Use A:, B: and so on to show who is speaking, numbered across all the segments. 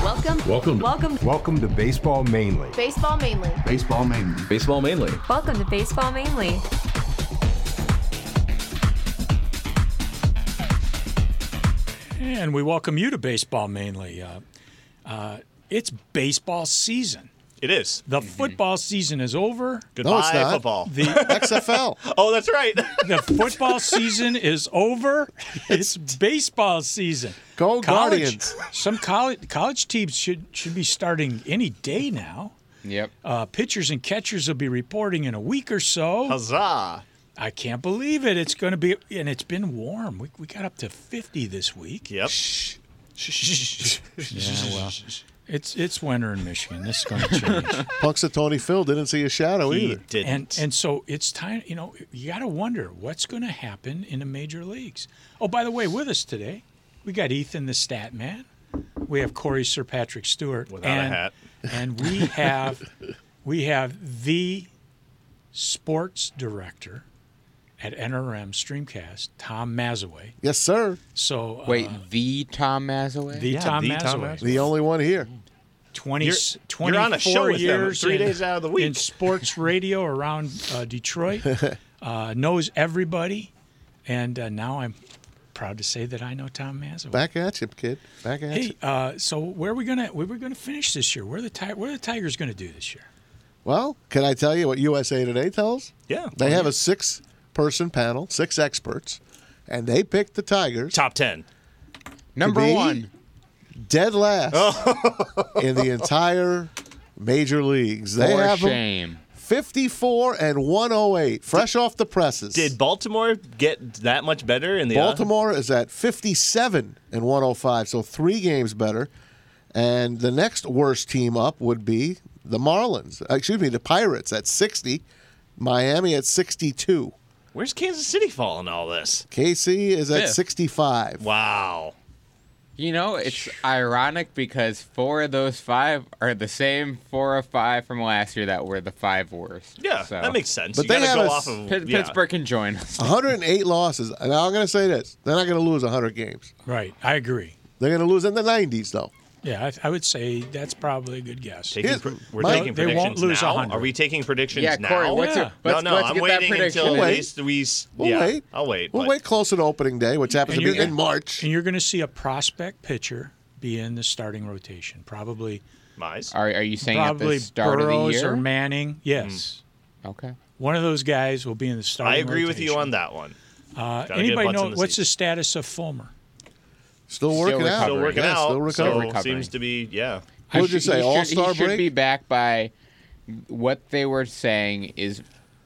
A: Welcome. To-
B: Welcome to
C: Welcome to Baseball Mainly.
B: Baseball Mainly.
D: Baseball mainly.
A: Baseball mainly.
B: Welcome to Baseball Mainly.
E: And we welcome you to baseball mainly. Uh, uh, it's baseball season.
F: It is.
G: Mm-hmm.
E: The football season is over.
F: Goodbye,
G: it's not.
F: football.
E: The,
G: XFL.
F: oh, that's right.
E: the football season is over. It's baseball season.
G: Go
E: College-
G: Guardians.
E: Some college college teams should should be starting any day now.
H: Yep.
E: Uh, pitchers and catchers will be reporting in a week or so.
F: Huzzah.
E: I can't believe it. It's going to be, and it's been warm. We, we got up to 50 this week.
F: Yep.
E: Yeah, well, it's it's winter in Michigan. This is going to change.
G: Punxsutawney Phil didn't see a shadow
F: He
G: either.
F: didn't.
E: and and so it's time. You know, you got to wonder what's going to happen in the major leagues. Oh, by the way, with us today, we got Ethan the Stat Man. We have Corey Sir Patrick Stewart
F: Without a
E: and,
F: hat.
E: and we have we have the sports director at NRM Streamcast, Tom Mazaway.
G: Yes, sir.
E: So uh,
H: Wait, the Tom Mazaway?
E: the Tom
F: the
E: Mazaway.
F: Tom Mazaway.
G: The only one here.
E: 20,
F: You're-
E: 24
F: you're on a show with them
E: years
F: three
E: in-
F: days out of the week.
E: in sports radio around uh, Detroit, uh, knows everybody, and uh, now I'm proud to say that I know Tom Mazza.
G: Back at you, kid. Back at you.
E: hey, uh, so where are we gonna where we gonna finish this year? Where are the ti- where are the Tigers gonna do this year?
G: Well, can I tell you what USA Today tells?
F: Oh, Yeah.
G: They have a six person panel, six experts, and they picked the Tigers
F: Top 10.
H: Number
G: be?
H: one.
G: dead last
F: Oh.
G: in the entire major leagues. They
H: For
G: have them
H: shame.
G: 54 and 108, fresh off the presses.
F: Did Baltimore get that much better in the uh,
G: Baltimore is at 57 and 105, so three games better. And the next worst team up would be the Marlins. uh, Excuse me, the Pirates at 60, Miami at 62.
F: Where's Kansas City fall in all this?
G: KC is at
H: Fifth.
G: 65.
F: Wow.
H: You know, it's ironic because four of those five are the same four or five from last year that were the five worst.
F: Yeah,
H: So,
F: that makes sense.
G: But
F: you
G: they
F: gotta
G: have
F: go
G: a
F: off
G: s-
F: of
H: Pitt-
F: yeah.
H: Pittsburgh can join us.
G: 108 losses. And I'm going to say this they're not going to lose 100 games.
E: Right, I agree.
G: They're going to lose in the 90s, though.
E: Yeah, I, I would say that's probably a good guess.
F: Taking
G: Here's-
F: pre- we're
G: my-
F: taking
E: They won't
F: predictions
E: lose
F: now.
E: 100.
F: Are we taking predictions
H: Yeah,
F: now?
H: Corey, what's
E: Yeah.
H: your, let's,
F: no, no,
H: let's
F: I'm
H: get that
F: waiting
H: prediction.
F: until
G: We'll
F: at
G: wait.
F: least we. s-
G: We'll
F: yeah,
G: wait.
F: I'll wait.
G: We'll
F: but
G: wait close to opening day, which happens
E: And
G: to be
E: you're-
G: in March.
E: And you're gonna see a prospect pitcher be in the starting rotation, probably
F: Mize.
H: Are, are you saying at
E: probably
H: the start of the
E: Burrows
H: year?
E: or
F: Hmm.
E: Manning. Yes.
H: okay.
E: One of those guys will be in the starting.
F: I agree with you
E: rotation.
F: on that one.
E: Uh,
F: Gotta get
E: anybody
F: butts
E: know
F: in the
E: what's
F: seats.
E: the status of Fulmer?
G: Still working out.
F: Still
H: recovering.
F: working
G: Yeah,
F: out.
G: Still
F: so
G: recovering.
H: recovering.
F: seems to be yeah.
H: I
G: What'd you
H: should-
G: say,
H: he should-
G: All-Star
H: He should
G: break?
H: be back by what they were saying is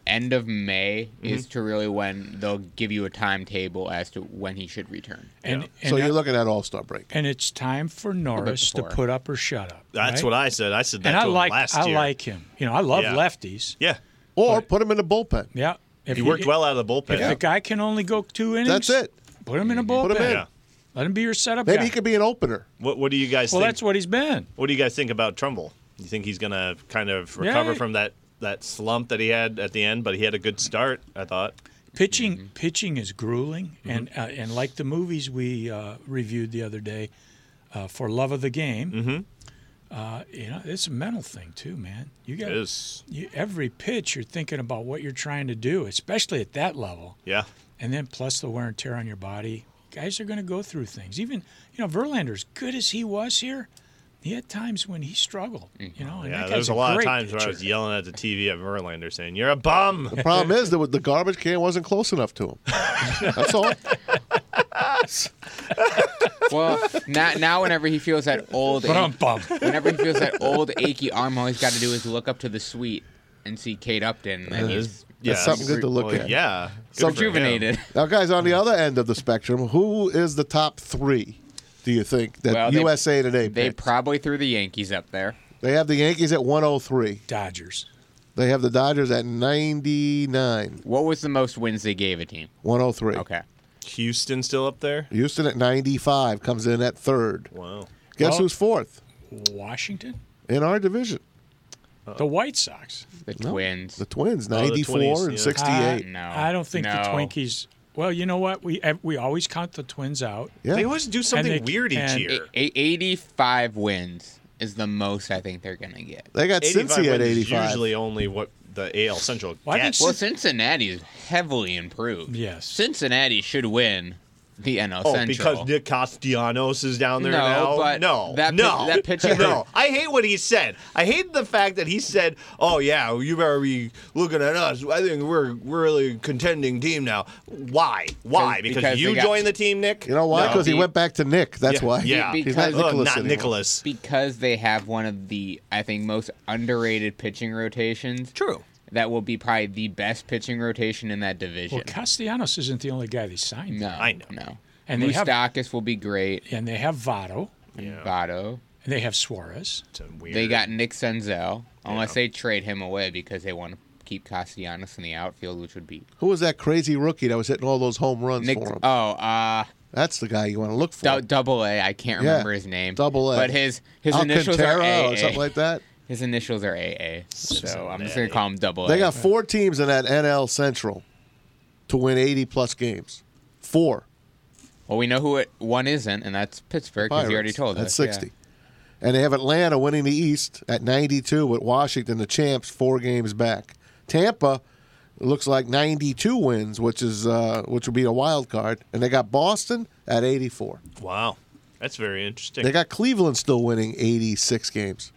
H: end of May is to really when they'll give you a timetable as to when he should return.
E: And and,
G: so you're looking at All Star break.
E: and it's time for Norris to
H: before.
E: put up or shut up.
F: That's
E: right?
F: what I said. I said that
E: and
F: to
E: I
F: him
E: like
F: last
E: I
F: year.
E: like him. You know, I love
F: Yeah.
E: lefties.
F: Yeah,
G: Or put him in the bullpen.
E: Yeah. If
F: he worked well out of the bullpen.
E: If the guy can only go two innings,
G: That's it.
E: Put him in a bullpen.
G: Put him in.
F: Yeah.
E: Let him be your setup
G: Maybe
E: guy.
G: he could be an opener.
F: What What do you guys
E: well,
F: think?
E: that's what he's been.
F: What do you guys think about Trumbull? You think he's gonna kind of
E: Yeah,
F: recover
E: he-
F: from that that slump that he had at the end? But he had a good start, I thought.
E: Pitching
F: Mm-hmm.
E: pitching is grueling, and uh, and like the movies we uh, reviewed the other day, uh, for love of the game. Uh, you know, it's a mental thing too, man. You got
F: Mm-hmm. It is
E: you, every pitch you're thinking about what you're trying to do, especially at that level.
F: yeah,
E: And then plus the wear and tear on your body. Guys are going to go through things. Even, you know, Verlander, as good as he was here, he had times when he struggled, you know. And
F: Mm-hmm. yeah.
E: that
F: There's
E: guy's
F: a lot of
E: great
F: times where I
E: pitcher.
F: was yelling at the TV at Verlander saying, "You're a bum."
G: Problem is, the, the garbage can wasn't close enough to him. That's all.
H: Well, now, now whenever he feels that old,
E: But I'm bummed.
H: whenever he feels that old achy arm, all he's got to do is look up to the suite and see Kate Upton, and he's
F: Yeah,
G: something good to look at.
F: Yeah, good for him.
H: rejuvenated.
G: Now, guys, on the other end of the spectrum, who is the top three? Do you think that
H: Well, they-
G: USA Today?
H: They
G: picked?
H: probably threw the Yankees up there.
G: they have the Yankees at 103.
E: Dodgers.
G: They have the Dodgers at 99.
H: What was the most wins they gave a team?
G: 103.
H: Okay.
F: Houston still up there.
G: Houston at 95 comes in at third.
F: Wow.
G: Guess
E: Well-
G: who's fourth
E: Washington?
G: in our division?
E: The White Sox.
H: The Twins.
G: The Twins,
F: Oh, the
G: 94
F: 20s,
G: and
F: yeah.
G: 68.
H: Ah, no.
E: I don't think the
H: No.
E: Twinkies. Well, you know what? We we always count the Twins out.
G: yeah.
F: They always do something
E: they-
F: weird each
E: and-
F: year.
H: A- 85 wins is the most I think they're gonna get.
G: They got
F: 85
G: Cincy at
F: wins is
G: 85.
F: Usually only what the AL Central
E: Why
F: gets.
E: did
H: Well, Cincinnati is heavily improved.
E: Yes.
H: Cincinnati should win the NL
F: Oh,
H: Central.
F: because Nick Castellanos is down there
H: No,
F: now.
H: but
F: no,
H: that pi-
F: no,
H: that pitching-
F: No, I hate what he said. I hate the fact that he said, "Oh yeah, you better be looking at us. I think we're we're really a contending team now." Why? Why? Because,
H: because
F: you
H: they got-
F: joined the team, Nick.
G: You know why?
H: No.
G: Because
H: Be-
G: he went back to Nick. That's
F: Yeah,
G: why.
F: yeah.
G: He's
H: Because-
G: not
F: Ugh,
G: Nicholas
F: not
G: anymore.
F: Nicholas.
H: because they have one of the I think most underrated pitching rotations.
F: True.
H: That will be probably the best pitching rotation in that division.
E: Well, Castellanos isn't the only guy they signed,
H: no,
F: I know.
H: No, and
E: And they have-
H: Moustakis will be great.
E: and they have Votto,
F: Yeah.
H: Votto.
E: and they have Suarez.
F: It's a weird.
H: They got Nick Senzel, unless they trade him away because they want to keep Castellanos in the outfield, which would be
G: Who was that crazy rookie that was hitting all those home runs
H: Nick.
G: for him?
H: Oh, uh,
G: That's the guy you want to look for.
H: dou- double A. I can't
G: Yeah,
H: remember his name.
G: double A.
H: But his his initials are
G: Alcantara
H: AA.
G: or something like that.
H: his initials are AA. So I'm just gonna call him double A.
G: They got four teams in that NL Central to win 80 plus games. Four.
H: Well, we know who it one isn't, and that's Pittsburgh because
G: Pirates
H: you already told
G: at
H: us.
G: 60. And they have Atlanta winning the East at 92 with Washington, the champs, four games back. Tampa looks like 92 wins, which is uh, which would be a wild card. And they got Boston at 84.
F: wow. That's very interesting.
G: They got Cleveland still winning 86 games.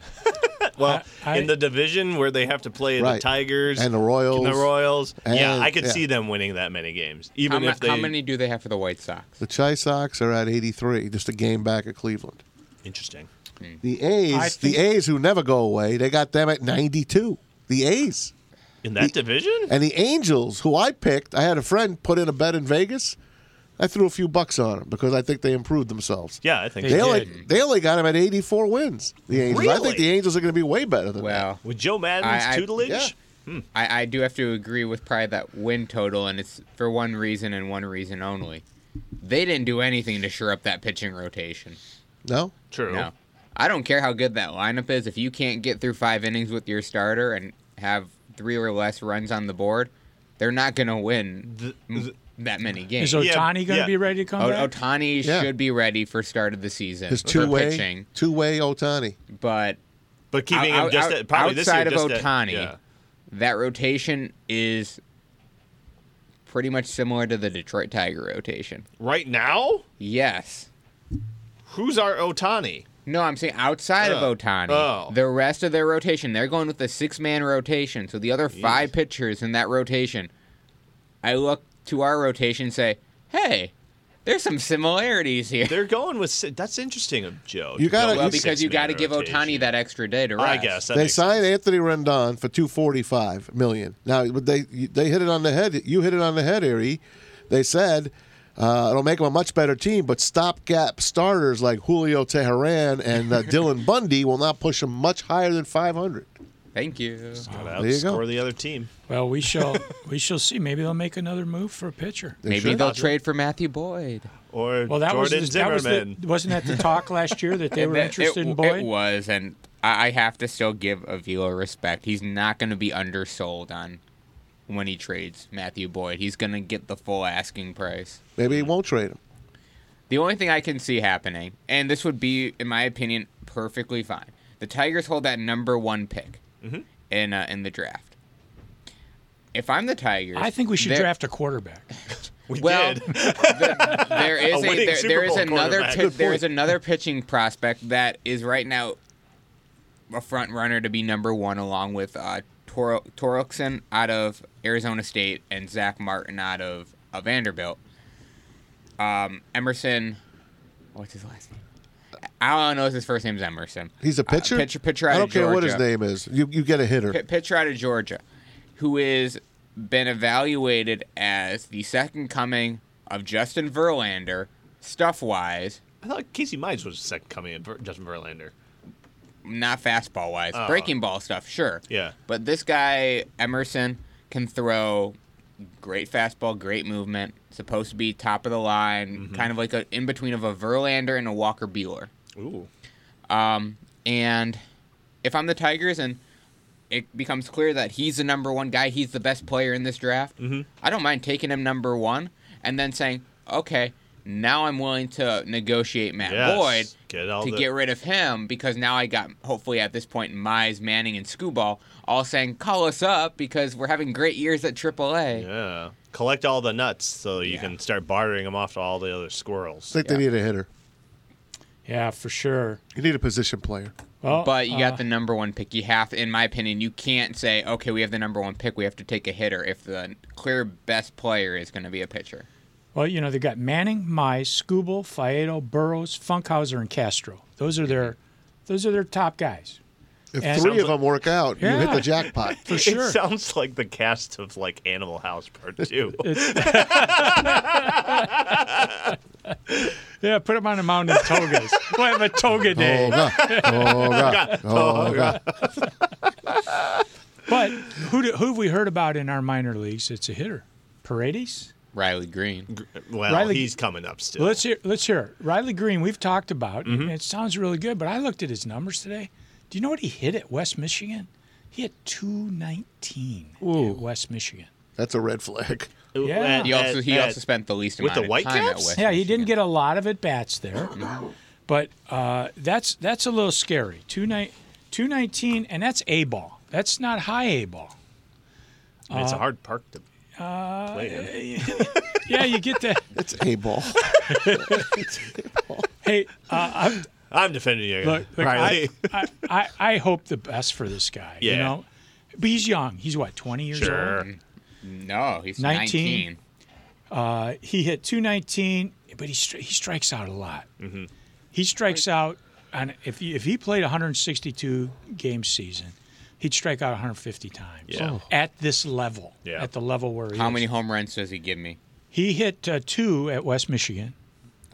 F: well,
E: I-
F: in the division where they have to play the
G: Right.
F: Tigers
G: And the Royals.
F: and the Royals. yeah,
G: And-
F: I could
G: yeah.
F: see them winning that many games,
H: Yeah. How,
F: even
H: ma-
F: if they.
H: how many do they have for the White Sox?
G: The Chi Sox are at 83, just a game back of Cleveland.
F: Interesting.
G: The A's,
E: think-
G: the A's who never go away, they got them at 92. The A's.
F: In that division?
G: And the Angels, who I picked, I had a friend put in a bet in Vegas. I threw a few bucks on them because I think they improved themselves.
F: Yeah, I think
E: They
G: They
F: so.
G: only,
E: did.
G: they only got them at 84 wins, the Angels. I think
F: Really?
G: the Angels are going to be way better than that.
H: Well,
F: With Joe Madden's
H: I- I-
F: tutelage?
G: yeah.
H: I, I do have to agree with probably that win total, and it's for one reason and one reason only. They didn't do anything to shore up that pitching rotation.
G: No?
F: True.
H: No. I don't care how good that lineup is. If you can't get through five innings with your starter and have three or less runs on the board, they're not going to win m- that many games.
E: Is
F: Yeah,
E: Otani going to
F: yeah.
E: be ready to come back?
H: Otani
G: Yeah.
H: should be ready for start of the season.
G: His
H: for
G: two way
H: pitching,
G: two way Otani.
H: but
F: But keeping
H: Out-
F: him just
H: out-
F: at probably this year
H: outside of
F: just at-
H: Ohtani.
F: yeah.
H: that rotation is pretty much similar to the Detroit Tiger rotation.
F: Right now?
H: Yes.
F: Who's our Otani?
H: No, I'm saying outside
F: Oh.
H: of Otani,
F: Oh.
H: the rest of their rotation, they're going with a six man rotation. So the other five pitchers in that rotation, I look to our rotation and say, hey, there's some similarities here.
F: They're going with si- that's interesting of Joe.
G: You
F: to go
G: gotta-
F: with
H: well,
G: it's
H: because you
F: six-man
H: got to give
F: rotation.
H: Otani that extra day to rest.
F: I guess. That
G: they
F: makes
G: signed
F: sense.
G: Anthony Rendon for 245 million. Now but they they hit it on the head. You hit it on the head, Erie. They said uh, it'll make them a much better team, but stopgap starters like Julio Teheran and uh, Dylan Bundy will not push them much higher than 500.
H: Thank you.
F: Gotta
G: There you go.
F: outscore the other team.
E: Well, we shall we shall see. Maybe they'll make another move for a pitcher.
G: They
H: Maybe
G: sure
H: they'll
G: not.
H: trade for Matthew Boyd.
F: Or
E: Well, that
F: Jordan
E: was the, that was
F: Zimmerman.
E: the, wasn't that the talk last year that they were
H: It- it-
E: interested in
H: it,
E: Boyd?
H: It was, and I I have to still give Avila respect. He's not going to be undersold on when he trades Matthew Boyd. He's going to get the full asking price.
G: Maybe he won't trade him.
H: The only thing I can see happening, and this would be, in my opinion, perfectly fine. The Tigers hold that number one pick
E: Mm-hmm.
H: in uh, in the draft. If I'm the Tigers,
E: I think we should
H: there-
E: draft a quarterback.
F: we
H: well,
F: did.
H: the- there is a,
F: winning
H: there-
F: Super
H: there is
F: Bowl
H: another
F: quarterback.
H: pi-
F: Good
H: there
F: point.
H: is another pitching prospect that is right now a front runner to be number one, along with uh, Tor- Torkelson out of Arizona State and Zach Martin out of uh, Vanderbilt. Um, Emerson, what's his last name? I don't know if his first name's Emerson.
G: He's a pitcher.
H: Uh, pitcher- pitcher out
G: I
H: of
G: don't care what his
H: Georgia.
G: name is. You you get a hitter.
H: P- pitcher out of Georgia, who is been evaluated as the second coming of Justin Verlander, stuff wise,
F: I thought Casey Mize was second coming in for Justin Verlander.
H: not fastball wise,
F: Oh.
H: breaking ball stuff, sure.
F: Yeah.
H: But this guy Emerson can throw great fastball, great movement. Supposed to be top of the line,
F: Mm-hmm.
H: kind of like a in between of a Verlander and a Walker Bueller.
F: Ooh.
H: Um, and if I'm the Tigers and it becomes clear that he's the number one guy, he's
F: Mm-hmm.
H: the best player in this draft, I don't mind taking him number one and then saying, okay, Now I'm willing to negotiate Matt
F: Yes.
H: Boyd
F: Get all
H: to
F: the-
H: get rid of him because now I got hopefully at this point Mize, Manning, and Scooball all saying call us up because we're having great years at AAA.
F: Yeah. Uh, Collect all the nuts so you
H: Yeah.
F: can start bartering them off to all the other squirrels.
G: think they need a hitter.
E: Yeah, for sure.
G: You need a position player.
E: Well,
H: But you
E: uh,
H: got the number one pick. You have, in my opinion, you can't say, okay, we have the number one pick. We have to take a hitter if the clear best player is going to be a pitcher.
E: Well, you know, they've got Manning, Mize, Scoobal, Fiedo, Burrows, Funkhauser, and Castro. Those are their those are their top guys.
G: If
E: And-
G: three of them work out, you hit
E: Yeah.
G: the jackpot.
E: For sure.
F: It sounds like the cast of like Animal House Part Two.
E: yeah, put them on a mound in togas. we'll have a toga day.
G: Oh god! Oh god! Oh god!
E: But who do, who have we heard about in our minor leagues? It's a hitter, Paredes.
H: Riley Green.
F: well,
E: Riley-
F: he's coming up still.
E: Let's hear. Let's hear. it. Riley Green. We've talked about. And it sounds really good, but I looked at his numbers today. Do you know what he hit at West Michigan? He hit two nineteen at West Michigan.
G: That's a red flag.
E: Yeah.
F: At-
H: He also
F: at-
H: he
F: at-
H: also spent the least
F: uh, with
H: amount
F: the
H: of time at
F: Whitecaps?
H: West.
E: Yeah, he didn't
H: Michigan.
E: get a lot of at bats there, but uh, that's that's a little scary. Two night, two nineteen, and that's a ball. That's not high a ball.
F: I mean, it's a hard park to
E: Uh,
F: play in.
E: Yeah, you get that.
G: It's a ball.
E: hey, uh, I'm,
F: I'm defending you.
E: look, look, I,
F: Riley.
E: I, I I hope the best for this guy. You
F: Yeah.
E: know, but he's young. He's what twenty years old.
F: sure.
H: No, he's
E: 19.
H: 19.
E: he hit 219, but he stri- he strikes out a lot. He strikes out, and if he, if he played 162 game season, he'd strike out 150 times
F: Yeah. Oh.
E: at this level,
F: Yeah.
E: at the level where he
H: How
E: is.
H: many home runs does he give me?
E: He hit uh, two at West Michigan.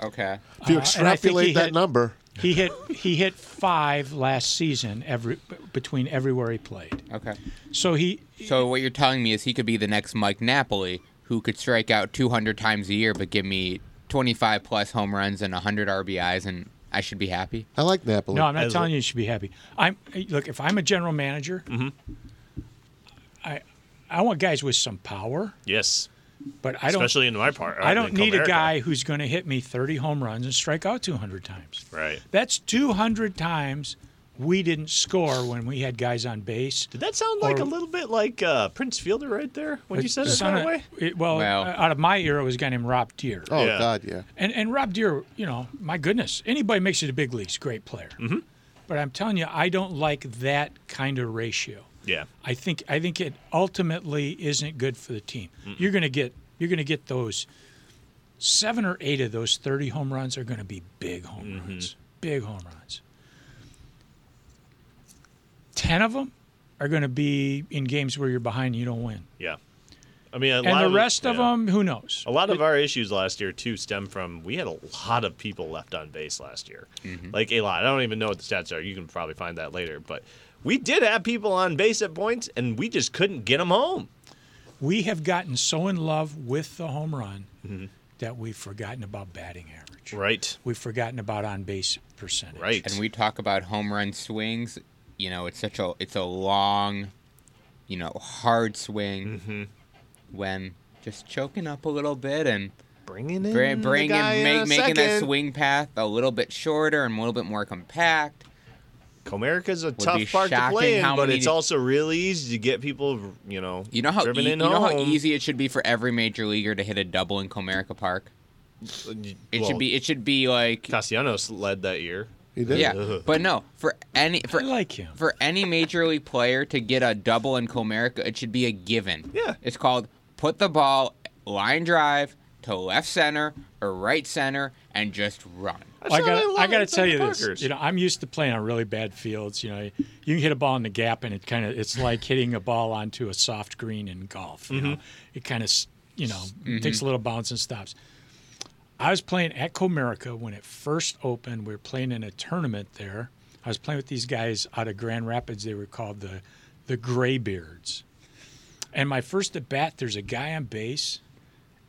H: Okay.
G: If you
E: Uh, and I think he
G: extrapolate that
E: hit-
G: number,
E: He hit he hit five last season every b- between everywhere he played.
H: Okay.
E: So he
H: So what you're telling me is he could be the next Mike Napoli who could strike out 200 times a year but give me 25 plus home runs and 100 RBIs and I should be happy.
G: I like Napoli.
E: No, I'm not
F: As
E: telling you
F: a-
E: you should be happy. I'm hey, look. If I'm a general manager, I I want guys with some power,
F: Yes.
E: but I don't.
F: Especially in my part. uh,
E: I don't
F: in
E: need a
F: Comerica.
E: guy who's going to hit me 30 home runs and strike out 200 times.
F: Right.
E: That's 200 times we didn't score when we had guys on base.
F: Did that sound like
E: Or-
F: a little bit like uh, Prince Fielder right there when you said it
E: Son
F: that
E: of-
F: way?
E: it- well,
H: Wow.
E: uh, out of my era was a guy named Rob Deer.
G: oh
F: Yeah.
G: god, yeah.
E: And and Rob Deere, you know, my goodness, anybody makes it to big leagues, great player. Mm-hmm. But I'm telling you, I don't like that kind of ratio.
F: Yeah.
E: I think I think it ultimately isn't good for the team. You're going to get you're going to get those seven or eight of those 30 home runs are going to be big home
F: Mm-hmm.
E: runs. Big home runs. 10 of them are going to be in games where you're behind and you don't win.
F: Yeah. I mean, a lot
E: And the rest of
F: yeah.
E: them, who knows?
F: A lot of our issues last year too stem from we had a lot of people left on base last year,
H: Mm-hmm.
F: like a lot. I don't even know what the stats are. You can probably find that later, but we did have people on base at points, and we just couldn't get them home.
E: we have gotten so in love with the home run that we've forgotten about batting average.
F: Mm-hmm. Right,
E: We've forgotten about on base percentage.
F: right.
H: And we talk about home run swings, you know, it's such a it's a long, you know, hard swing
F: Mm-hmm.
H: when just choking up a little bit and
F: bringing in,
H: bring, bring
F: Mm, the guy
H: and
F: in
H: make,
F: a
H: making that
F: second.
H: swing path a little bit shorter and a little bit more compact.
F: Comerica's a tough
H: be
F: park to play
H: shocking
F: in,
H: how
F: but
H: many-
F: it's also really easy to get people, you know,
H: You know how
F: driven
H: ea-
F: in
H: you know how
F: home.
H: easy it should be for every major leaguer to hit a double in Comerica Park. It
F: Well,
H: should be it should be like
F: Castellanos led that year.
G: He did.
H: yeah, but no for any
E: I
H: for
E: like him.
H: for any major league player to get a double in Comerica, it should be a given.
F: Yeah.
H: It's called put the ball line drive to left center or right center and just run.
E: I
F: That's how
E: got
F: love
E: I got to
F: it,
E: tell
F: Tony
E: you this.
F: Parker's.
E: You know, I'm used to playing on really bad fields. You know, you can hit a ball in the gap, and it kind of it's like hitting a ball onto a soft green in golf. You
F: Mm-hmm.
E: know, it kind of you know takes a little bounce and stops. I was playing at Comerica when it first opened. We were playing in a tournament there. I was playing with these guys out of Grand Rapids. They were called the the Graybeards. And my first at bat, there's a guy on base,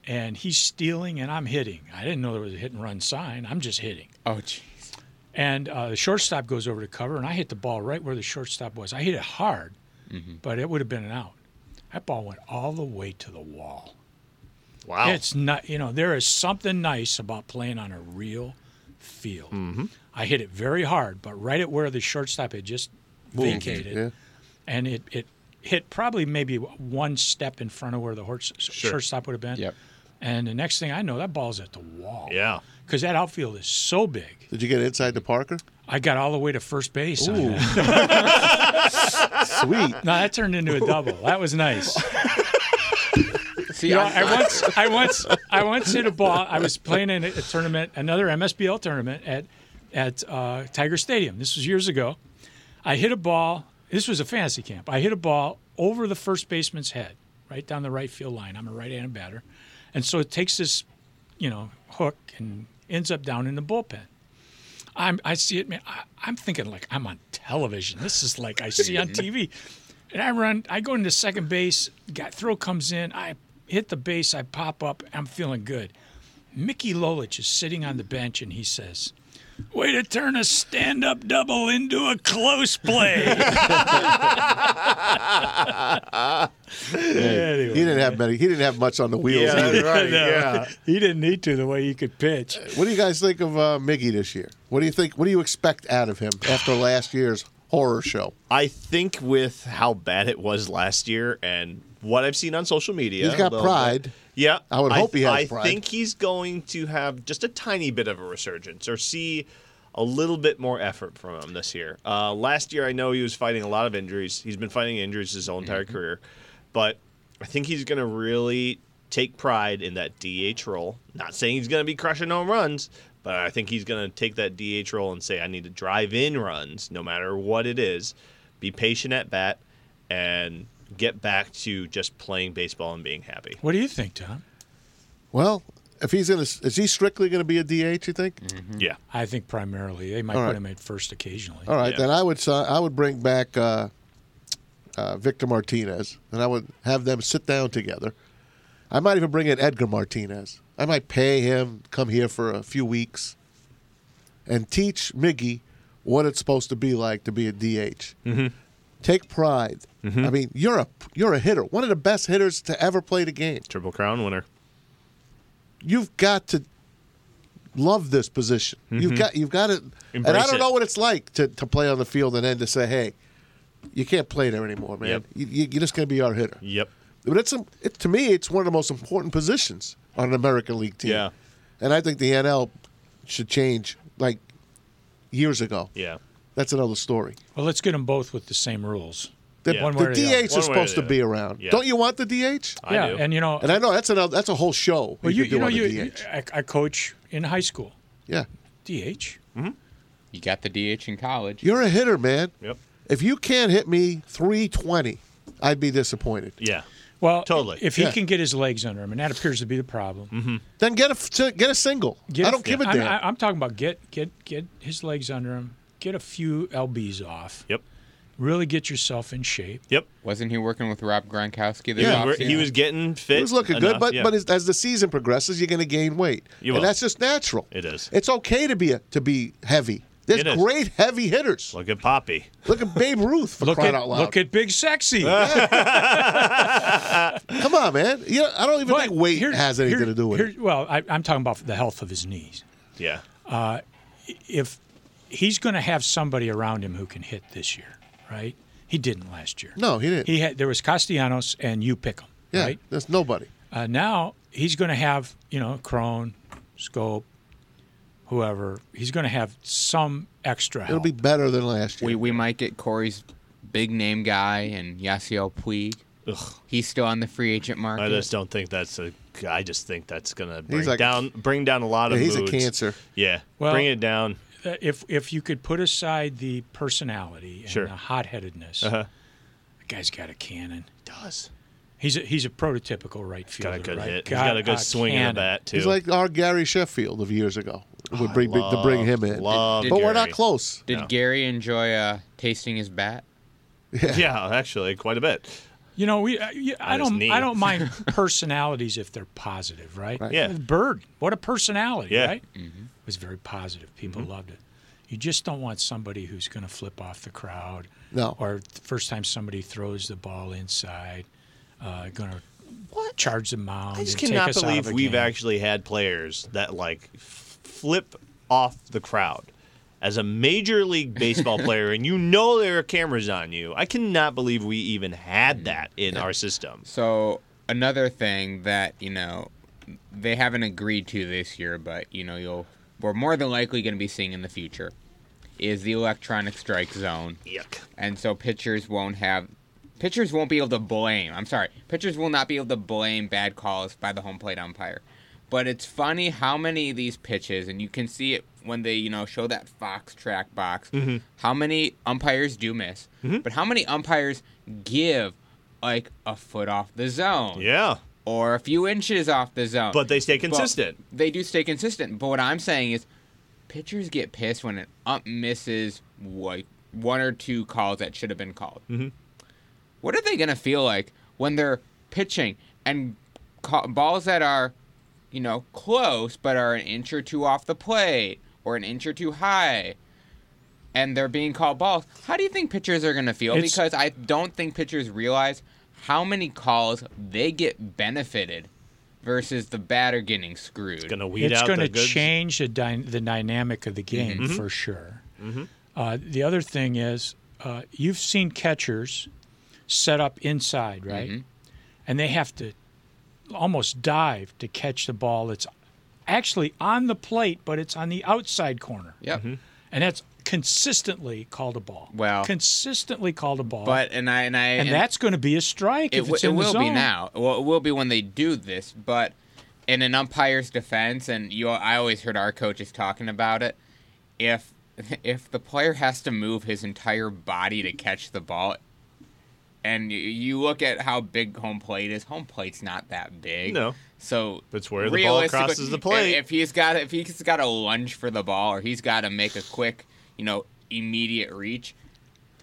E: and he's stealing, and I'm hitting. I didn't know there was a hit and run sign. I'm just hitting.
H: Oh jeez.
E: And uh, the shortstop goes over to cover, and I hit the ball right where the shortstop was. I hit it hard, but it would have been an out. That ball went all the way to the wall.
F: Wow.
E: It's not, you know, there is something nice about playing on a real field. I hit it very hard, but right at where the shortstop had just vacated,
G: Yeah.
E: and it, it hit probably maybe one step in front of where the horse, shortstop would have been.
A: Yep.
E: And the next thing I know, that ball's at the wall.
F: Yeah.
E: Because that outfield is so big.
G: Did you get inside to Parker?
E: I got all the way to first base. On that.
G: Sweet.
E: No, that turned into a double. That was nice.
H: See,
E: You know,
H: I'm
E: I
H: not-
E: once, I once, I once hit a ball. I was playing in a, a tournament, another MSBL tournament at at uh, Tiger Stadium. This was years ago. I hit a ball. This was a fantasy camp. I hit a ball over the first baseman's head, right down the right field line. I'm a right-handed batter, and so it takes this, you know, hook and ends up down in the bullpen. I'm, I see it, man. I, I'm thinking like I'm on television. This is like I see on TV. And I run, I go into second base, got throw comes in, I hit the base, I pop up, I'm feeling good. Mickey Lolich is sitting on the bench and he says, Way to turn a stand up double into a close play.
G: He
E: anyway,
G: didn't have many. He didn't have much on the wheels. either.
F: right.
E: yeah. he didn't need to the way he could pitch.
G: What do you guys think of uh, Miggy this year? What do you think? What do you expect out of him after last year's horror show?
F: I think with how bad it was last year and what I've seen on social media,
G: He's got
F: the-
G: pride.
F: Yeah,
G: I would hope he has
F: I
G: pride.
F: think he's going to have just a tiny bit of a resurgence, or see a little bit more effort from him this year. Uh, last year, I know he was fighting a lot of injuries. He's been fighting injuries his whole entire career, but I think he's going to really take pride in that DH role. Not saying he's going to be crushing home runs, but I think he's going to take that DH role and say, "I need to drive in runs, no matter what it is. Be patient at bat, and." Get back to just playing baseball and being happy.
E: What do you think, Tom?
G: Well, if he's in, a, is he strictly going to be a DH? You think?
E: Mm-hmm.
F: Yeah.
E: I think primarily. They might
G: right.
E: put him at first occasionally.
G: All right,
F: Yeah.
G: then I would uh, I would bring back uh, uh, Victor Martinez, and I would have them sit down together. I might even bring in Edgar Martinez. I might pay him come here for a few weeks, and teach Miggy what it's supposed to be like to be a DH. Take pride. I mean, you're a you're a hitter, one of the best hitters to ever play the game.
F: Triple Crown winner.
G: You've got to love this position. You've got you've got to. and I
F: Mm-hmm. Embrace
G: don't
F: it.
G: know what it's like to, to play on the field and then to say, hey, you can't play there anymore, man.
F: Yep.
G: You, you, you're just going to be our hitter.
F: Yep.
G: But it's a, it, to me, it's one of the most important positions on an American League team.
F: Yeah.
G: And I think the NL should change like years ago.
F: Yeah.
G: That's another story.
E: Well, let's get them both with the same rules.
G: The,
F: Yeah. One
E: way
G: the
E: or the other.
G: DH
F: One
G: is
F: way or
G: supposed
F: the
G: to be
F: other.
G: around.
F: Yeah.
G: Don't you want the DH?
F: I
E: yeah,
F: do.
E: and you know,
G: And I know that's another, that's a whole show.
E: well, you,
G: could
E: you
G: do
E: know,
G: on the
E: you,
G: DH.
E: you- I, I coach in high school.
G: yeah.
E: DH.
H: you got the DH in college.
G: You're a hitter, man.
F: Yep.
G: If you can't hit me 320, I'd be disappointed.
F: Yeah.
E: Well,
F: Totally.
E: If he
G: Yeah.
E: can get his legs under him, and that appears to be the problem.
G: Then get a get a single.
E: Get
G: I
E: a-
G: don't give a
E: I'm,
G: damn.
E: I- I'm talking about get get get his legs under him. Get a few lbs off.
F: Yep.
E: Really get yourself in shape.
F: Yep.
H: Wasn't he working with Rob Gronkowski this
F: Yeah.
H: offseason?
F: He was getting fit.
G: it was looking
F: enough,
G: good, but
F: yeah.
G: but as, as the season progresses, you're going to gain weight,
F: You
G: and
F: will.
G: that's just natural.
F: It is.
G: It's okay to be a, to be heavy. There's
F: It is.
G: great heavy hitters.
F: look at Poppy.
G: Look at Babe Ruth for
E: Look
G: crying
E: at
G: out loud.
E: look at Big Sexy.
G: Come on, man. You know, I don't even
E: But
G: think weight
E: here-
G: has anything
E: here-
G: to do with
E: here-
G: it.
E: Well, I, I'm talking about the health of his knees.
F: Yeah.
E: If he's going to have somebody around him who can hit this year, right? He didn't last year.
G: No, he didn't.
E: He had there was Castellanos and you pick him,
G: yeah,
E: right?
G: there's nobody.
E: Uh, now he's going to have, you know, Crone, Scope, whoever. He's going to have some extra help.
G: It'll be better than last year.
H: We, we might get Corey's big name guy and Yasiel Puig. He's still on the free agent market.
F: I just don't think that's a. I just think that's gonna bring
G: like-
F: down bring down a lot
G: Yeah,
F: of.
G: he's a
F: moods.
G: cancer.
F: Yeah.
E: Well-
F: bring it down.
E: Uh, if if you could put aside the personality and
F: Sure.
E: the hot-headedness,
F: Uh-huh.
E: the guy's got a cannon.
F: Does.
E: He's a, he's a prototypical right
F: Got
E: fielder.
F: a good
E: right?
F: hit. he's got a good swing in the
E: cannon.
F: bat too.
G: He's like our Gary Sheffield of years ago. Would bring big to bring him in,
F: Love
G: but we're not
F: Gary.
G: close.
H: Did
F: No.
H: Gary enjoy uh, tasting his bat?
F: Yeah, actually, quite a bit.
E: You know, we I, you- I
F: On his
E: don't
F: knee.
E: I don't mind personalities if they're positive, right?
F: Yeah.
E: Bird, what a personality,
F: Yeah. Mm-hmm.
E: right? It was very positive. People loved it. You just don't want somebody who's going to flip off the crowd.
G: No.
E: Or the first time somebody throws the ball inside, uh, going to
F: What?
E: charge the mound.
F: I just
E: and
F: cannot
E: take us out
F: believe
E: of a
F: we've
E: game.
F: actually had players that like f- flip off the crowd. As a major league baseball player, and you know there are cameras on you, I cannot believe we even had that in our system.
H: So another thing that you know they haven't agreed to this year, but you know you'll we're more than likely going to be seeing in the future is the electronic strike zone,
F: Yuck.
H: and so pitchers won't have pitchers won't be able to blame. I'm sorry, pitchers will not be able to blame bad calls by the home plate umpire. But it's funny how many of these pitches, and you can see it when they you know show that Fox track box, how many umpires do miss, but how many umpires give like a foot off the zone
F: Yeah.
H: or a few inches off the zone.
F: But they stay consistent.
H: But they do stay consistent. But what I'm saying is, pitchers get pissed when an ump misses like one or two calls that should have been called. Mm-hmm. What are they gonna feel like when they're pitching and ca- balls that are, you know, close but are an inch or two off the plate or an inch or two high? And they're being called balls. How do you think pitchers are going to feel?
E: It's-
H: because I don't think pitchers realize how many calls they get benefited versus the batter getting screwed.
F: Gonna weed
E: It's
F: out
E: going
F: the
E: to
F: goods.
E: change the, dy- the dynamic of the game
H: Mm-hmm.
E: for sure. Uh, the other thing is, uh, you've seen catchers set up inside, right?
H: Mm-hmm.
E: And they have to almost dive to catch the ball that's actually on the plate, but it's on the outside corner.
H: Yep.
E: And that's consistently called a ball.
H: Well-
E: consistently called a ball.
H: But and I and I
E: and, that's going to be a strike.
H: it,
E: if
H: w-
E: it's
H: it
E: in the
H: will be
E: zone.
H: now. Well, it will be when they do this. But in an umpire's defense, and you, I always heard our coaches talking about it. If if the player has to move his entire body to catch the ball, and you, you look at how big home plate is, home plate's not that big.
F: No.
H: So
F: It's where the ball
H: realistically,
F: crosses the plate.
H: If he's got if he's got to lunge for the ball, or he's got to make a quick, you know, immediate reach,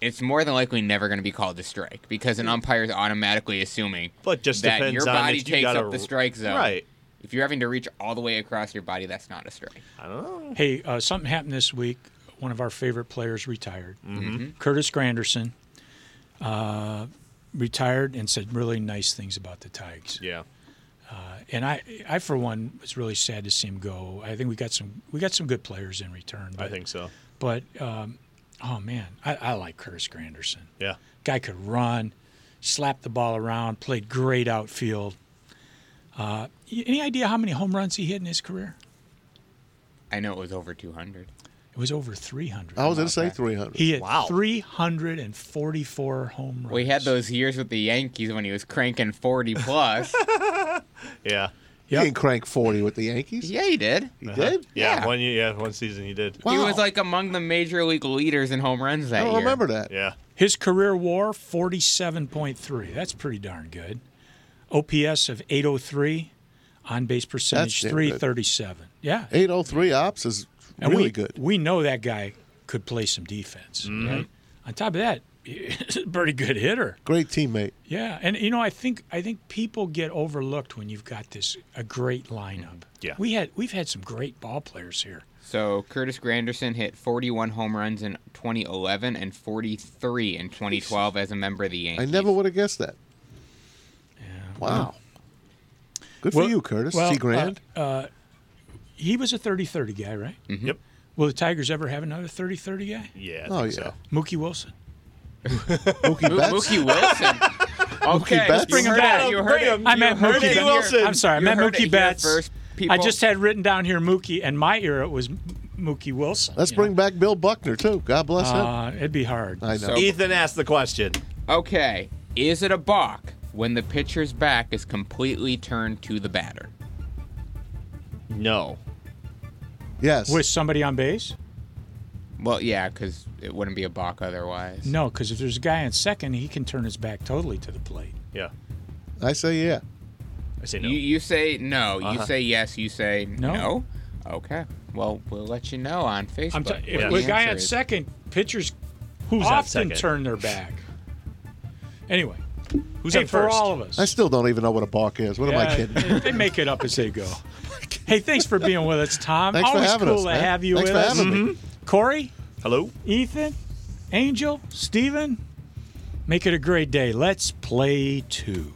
H: it's more than likely never going to be called a strike because an umpire is automatically assuming
F: But just
H: that
F: depends
H: your
F: on
H: body
F: if you
H: takes
F: gotta-
H: up the strike zone.
F: Right.
H: If you're having to reach all the way across your body, that's not a strike.
F: I don't know.
E: Hey, uh, something happened this week. One of our favorite players retired.
F: Mm-hmm.
E: Curtis Granderson uh, retired and said really nice things about the Tigers.
F: Yeah.
E: And I, I for one, was really sad to see him go. I think we got some, we got some good players in return. But,
F: I think so.
E: But um, oh man, I, I like Curtis Granderson.
F: Yeah.
E: Guy could run, slap the ball around, played great outfield. Uh, y- any idea how many home runs he hit in his career?
H: I know it was over 200.
E: It was over 300.
G: I was going to say
H: Okay.
G: 300.
E: He hit
F: Wow.
E: 344 home runs.
H: We had those years with the Yankees when he was cranking 40 plus.
F: Yeah.
G: He didn't crank 40 with the Yankees.
H: yeah, he did.
G: He
E: Uh-huh.
G: did?
F: Yeah.
H: Yeah.
F: One year, yeah, one season he did.
H: He
G: Wow.
H: was like among the major league leaders in home runs that
G: I don't
H: year.
G: remember that.
F: Yeah.
E: His career war, 47.3. That's pretty darn good. OPS of 803, on base percentage,
G: That's damn good.
E: 337. Yeah.
G: 803 ops is
E: And
G: really
E: we,
G: good.
E: We know that guy could play some defense. Right? On top of that, he's a pretty good hitter.
G: Great teammate.
E: Yeah, and you know, I think I think people get overlooked when you've got this a great lineup.
F: Yeah.
E: we had we've had some great ball players here.
H: So Curtis Granderson hit 41 home runs in 2011 and 43 in 2012 as a member of the
G: I
H: Yankees.
G: never would have guessed that. Wow. Good
E: Well-
G: for you, Curtis.
E: well,
G: C. Grand.
E: uh, uh, he was a 30-30 guy, right?
F: Yep.
E: Will the Tigers ever have another 30-30 guy?
F: Yeah. I
G: oh, yeah.
F: think so.
E: Mookie Wilson.
G: Mookie
H: Mo-
G: Betts.
H: Mookie Wilson. Okay,
G: Betts?
H: you
G: Bring him
H: heard
E: back.
H: it. You heard
F: Bring
H: it.
F: him.
H: You
E: I meant
H: heard
E: Mookie
H: it
E: Betts.
H: here.
F: Wilson.
E: I'm sorry, I
H: You
E: meant
H: heard it
E: Mookie
H: here
E: Betts.
H: first,
E: I
H: people.
E: just had written down here Mookie, and my era it was M- Mookie Wilson.
G: Let's
E: you
G: bring
E: know?
G: back Bill Buckner, too. God bless him.
E: Uh, it'd be hard.
G: I know.
H: so-
F: Ethan asked the question.
H: Okay, is it a balk when the pitcher's back is completely turned to the batter?
F: No.
G: yes.
E: With somebody on base?
H: Well, yeah, because it wouldn't be a balk otherwise.
E: No, because if there's a guy on second, he can turn his back totally to the plate.
F: Yeah.
G: I say yeah.
F: I say no.
H: You you say no.
F: Uh-huh.
H: You say yes. You say no.
E: No.
H: Okay. Well, we'll let you know on Facebook.
E: I'm t- if
H: what
E: a
H: the
E: guy
H: answer
E: on
H: is.
E: second, pitchers
F: Who's on
E: often
F: second?
E: turn their back. Anyway,
F: Who's
E: hey,
F: on
E: for
F: first?
E: all of us.
G: I still don't even know what a balk is. What am I
E: Yeah,
G: kidding?
E: they- They make it up as they go. Hey, thanks for being with us, Tom.
G: Thanks for
E: Always
G: having
E: cool
G: us,
E: to
G: man.
E: have you
G: Thanks
E: with
G: for
E: us. Mm-hmm.
G: having me.
E: Corey,
F: Hello.
E: Ethan, Angel, Steven, make it a great day. Let's play two.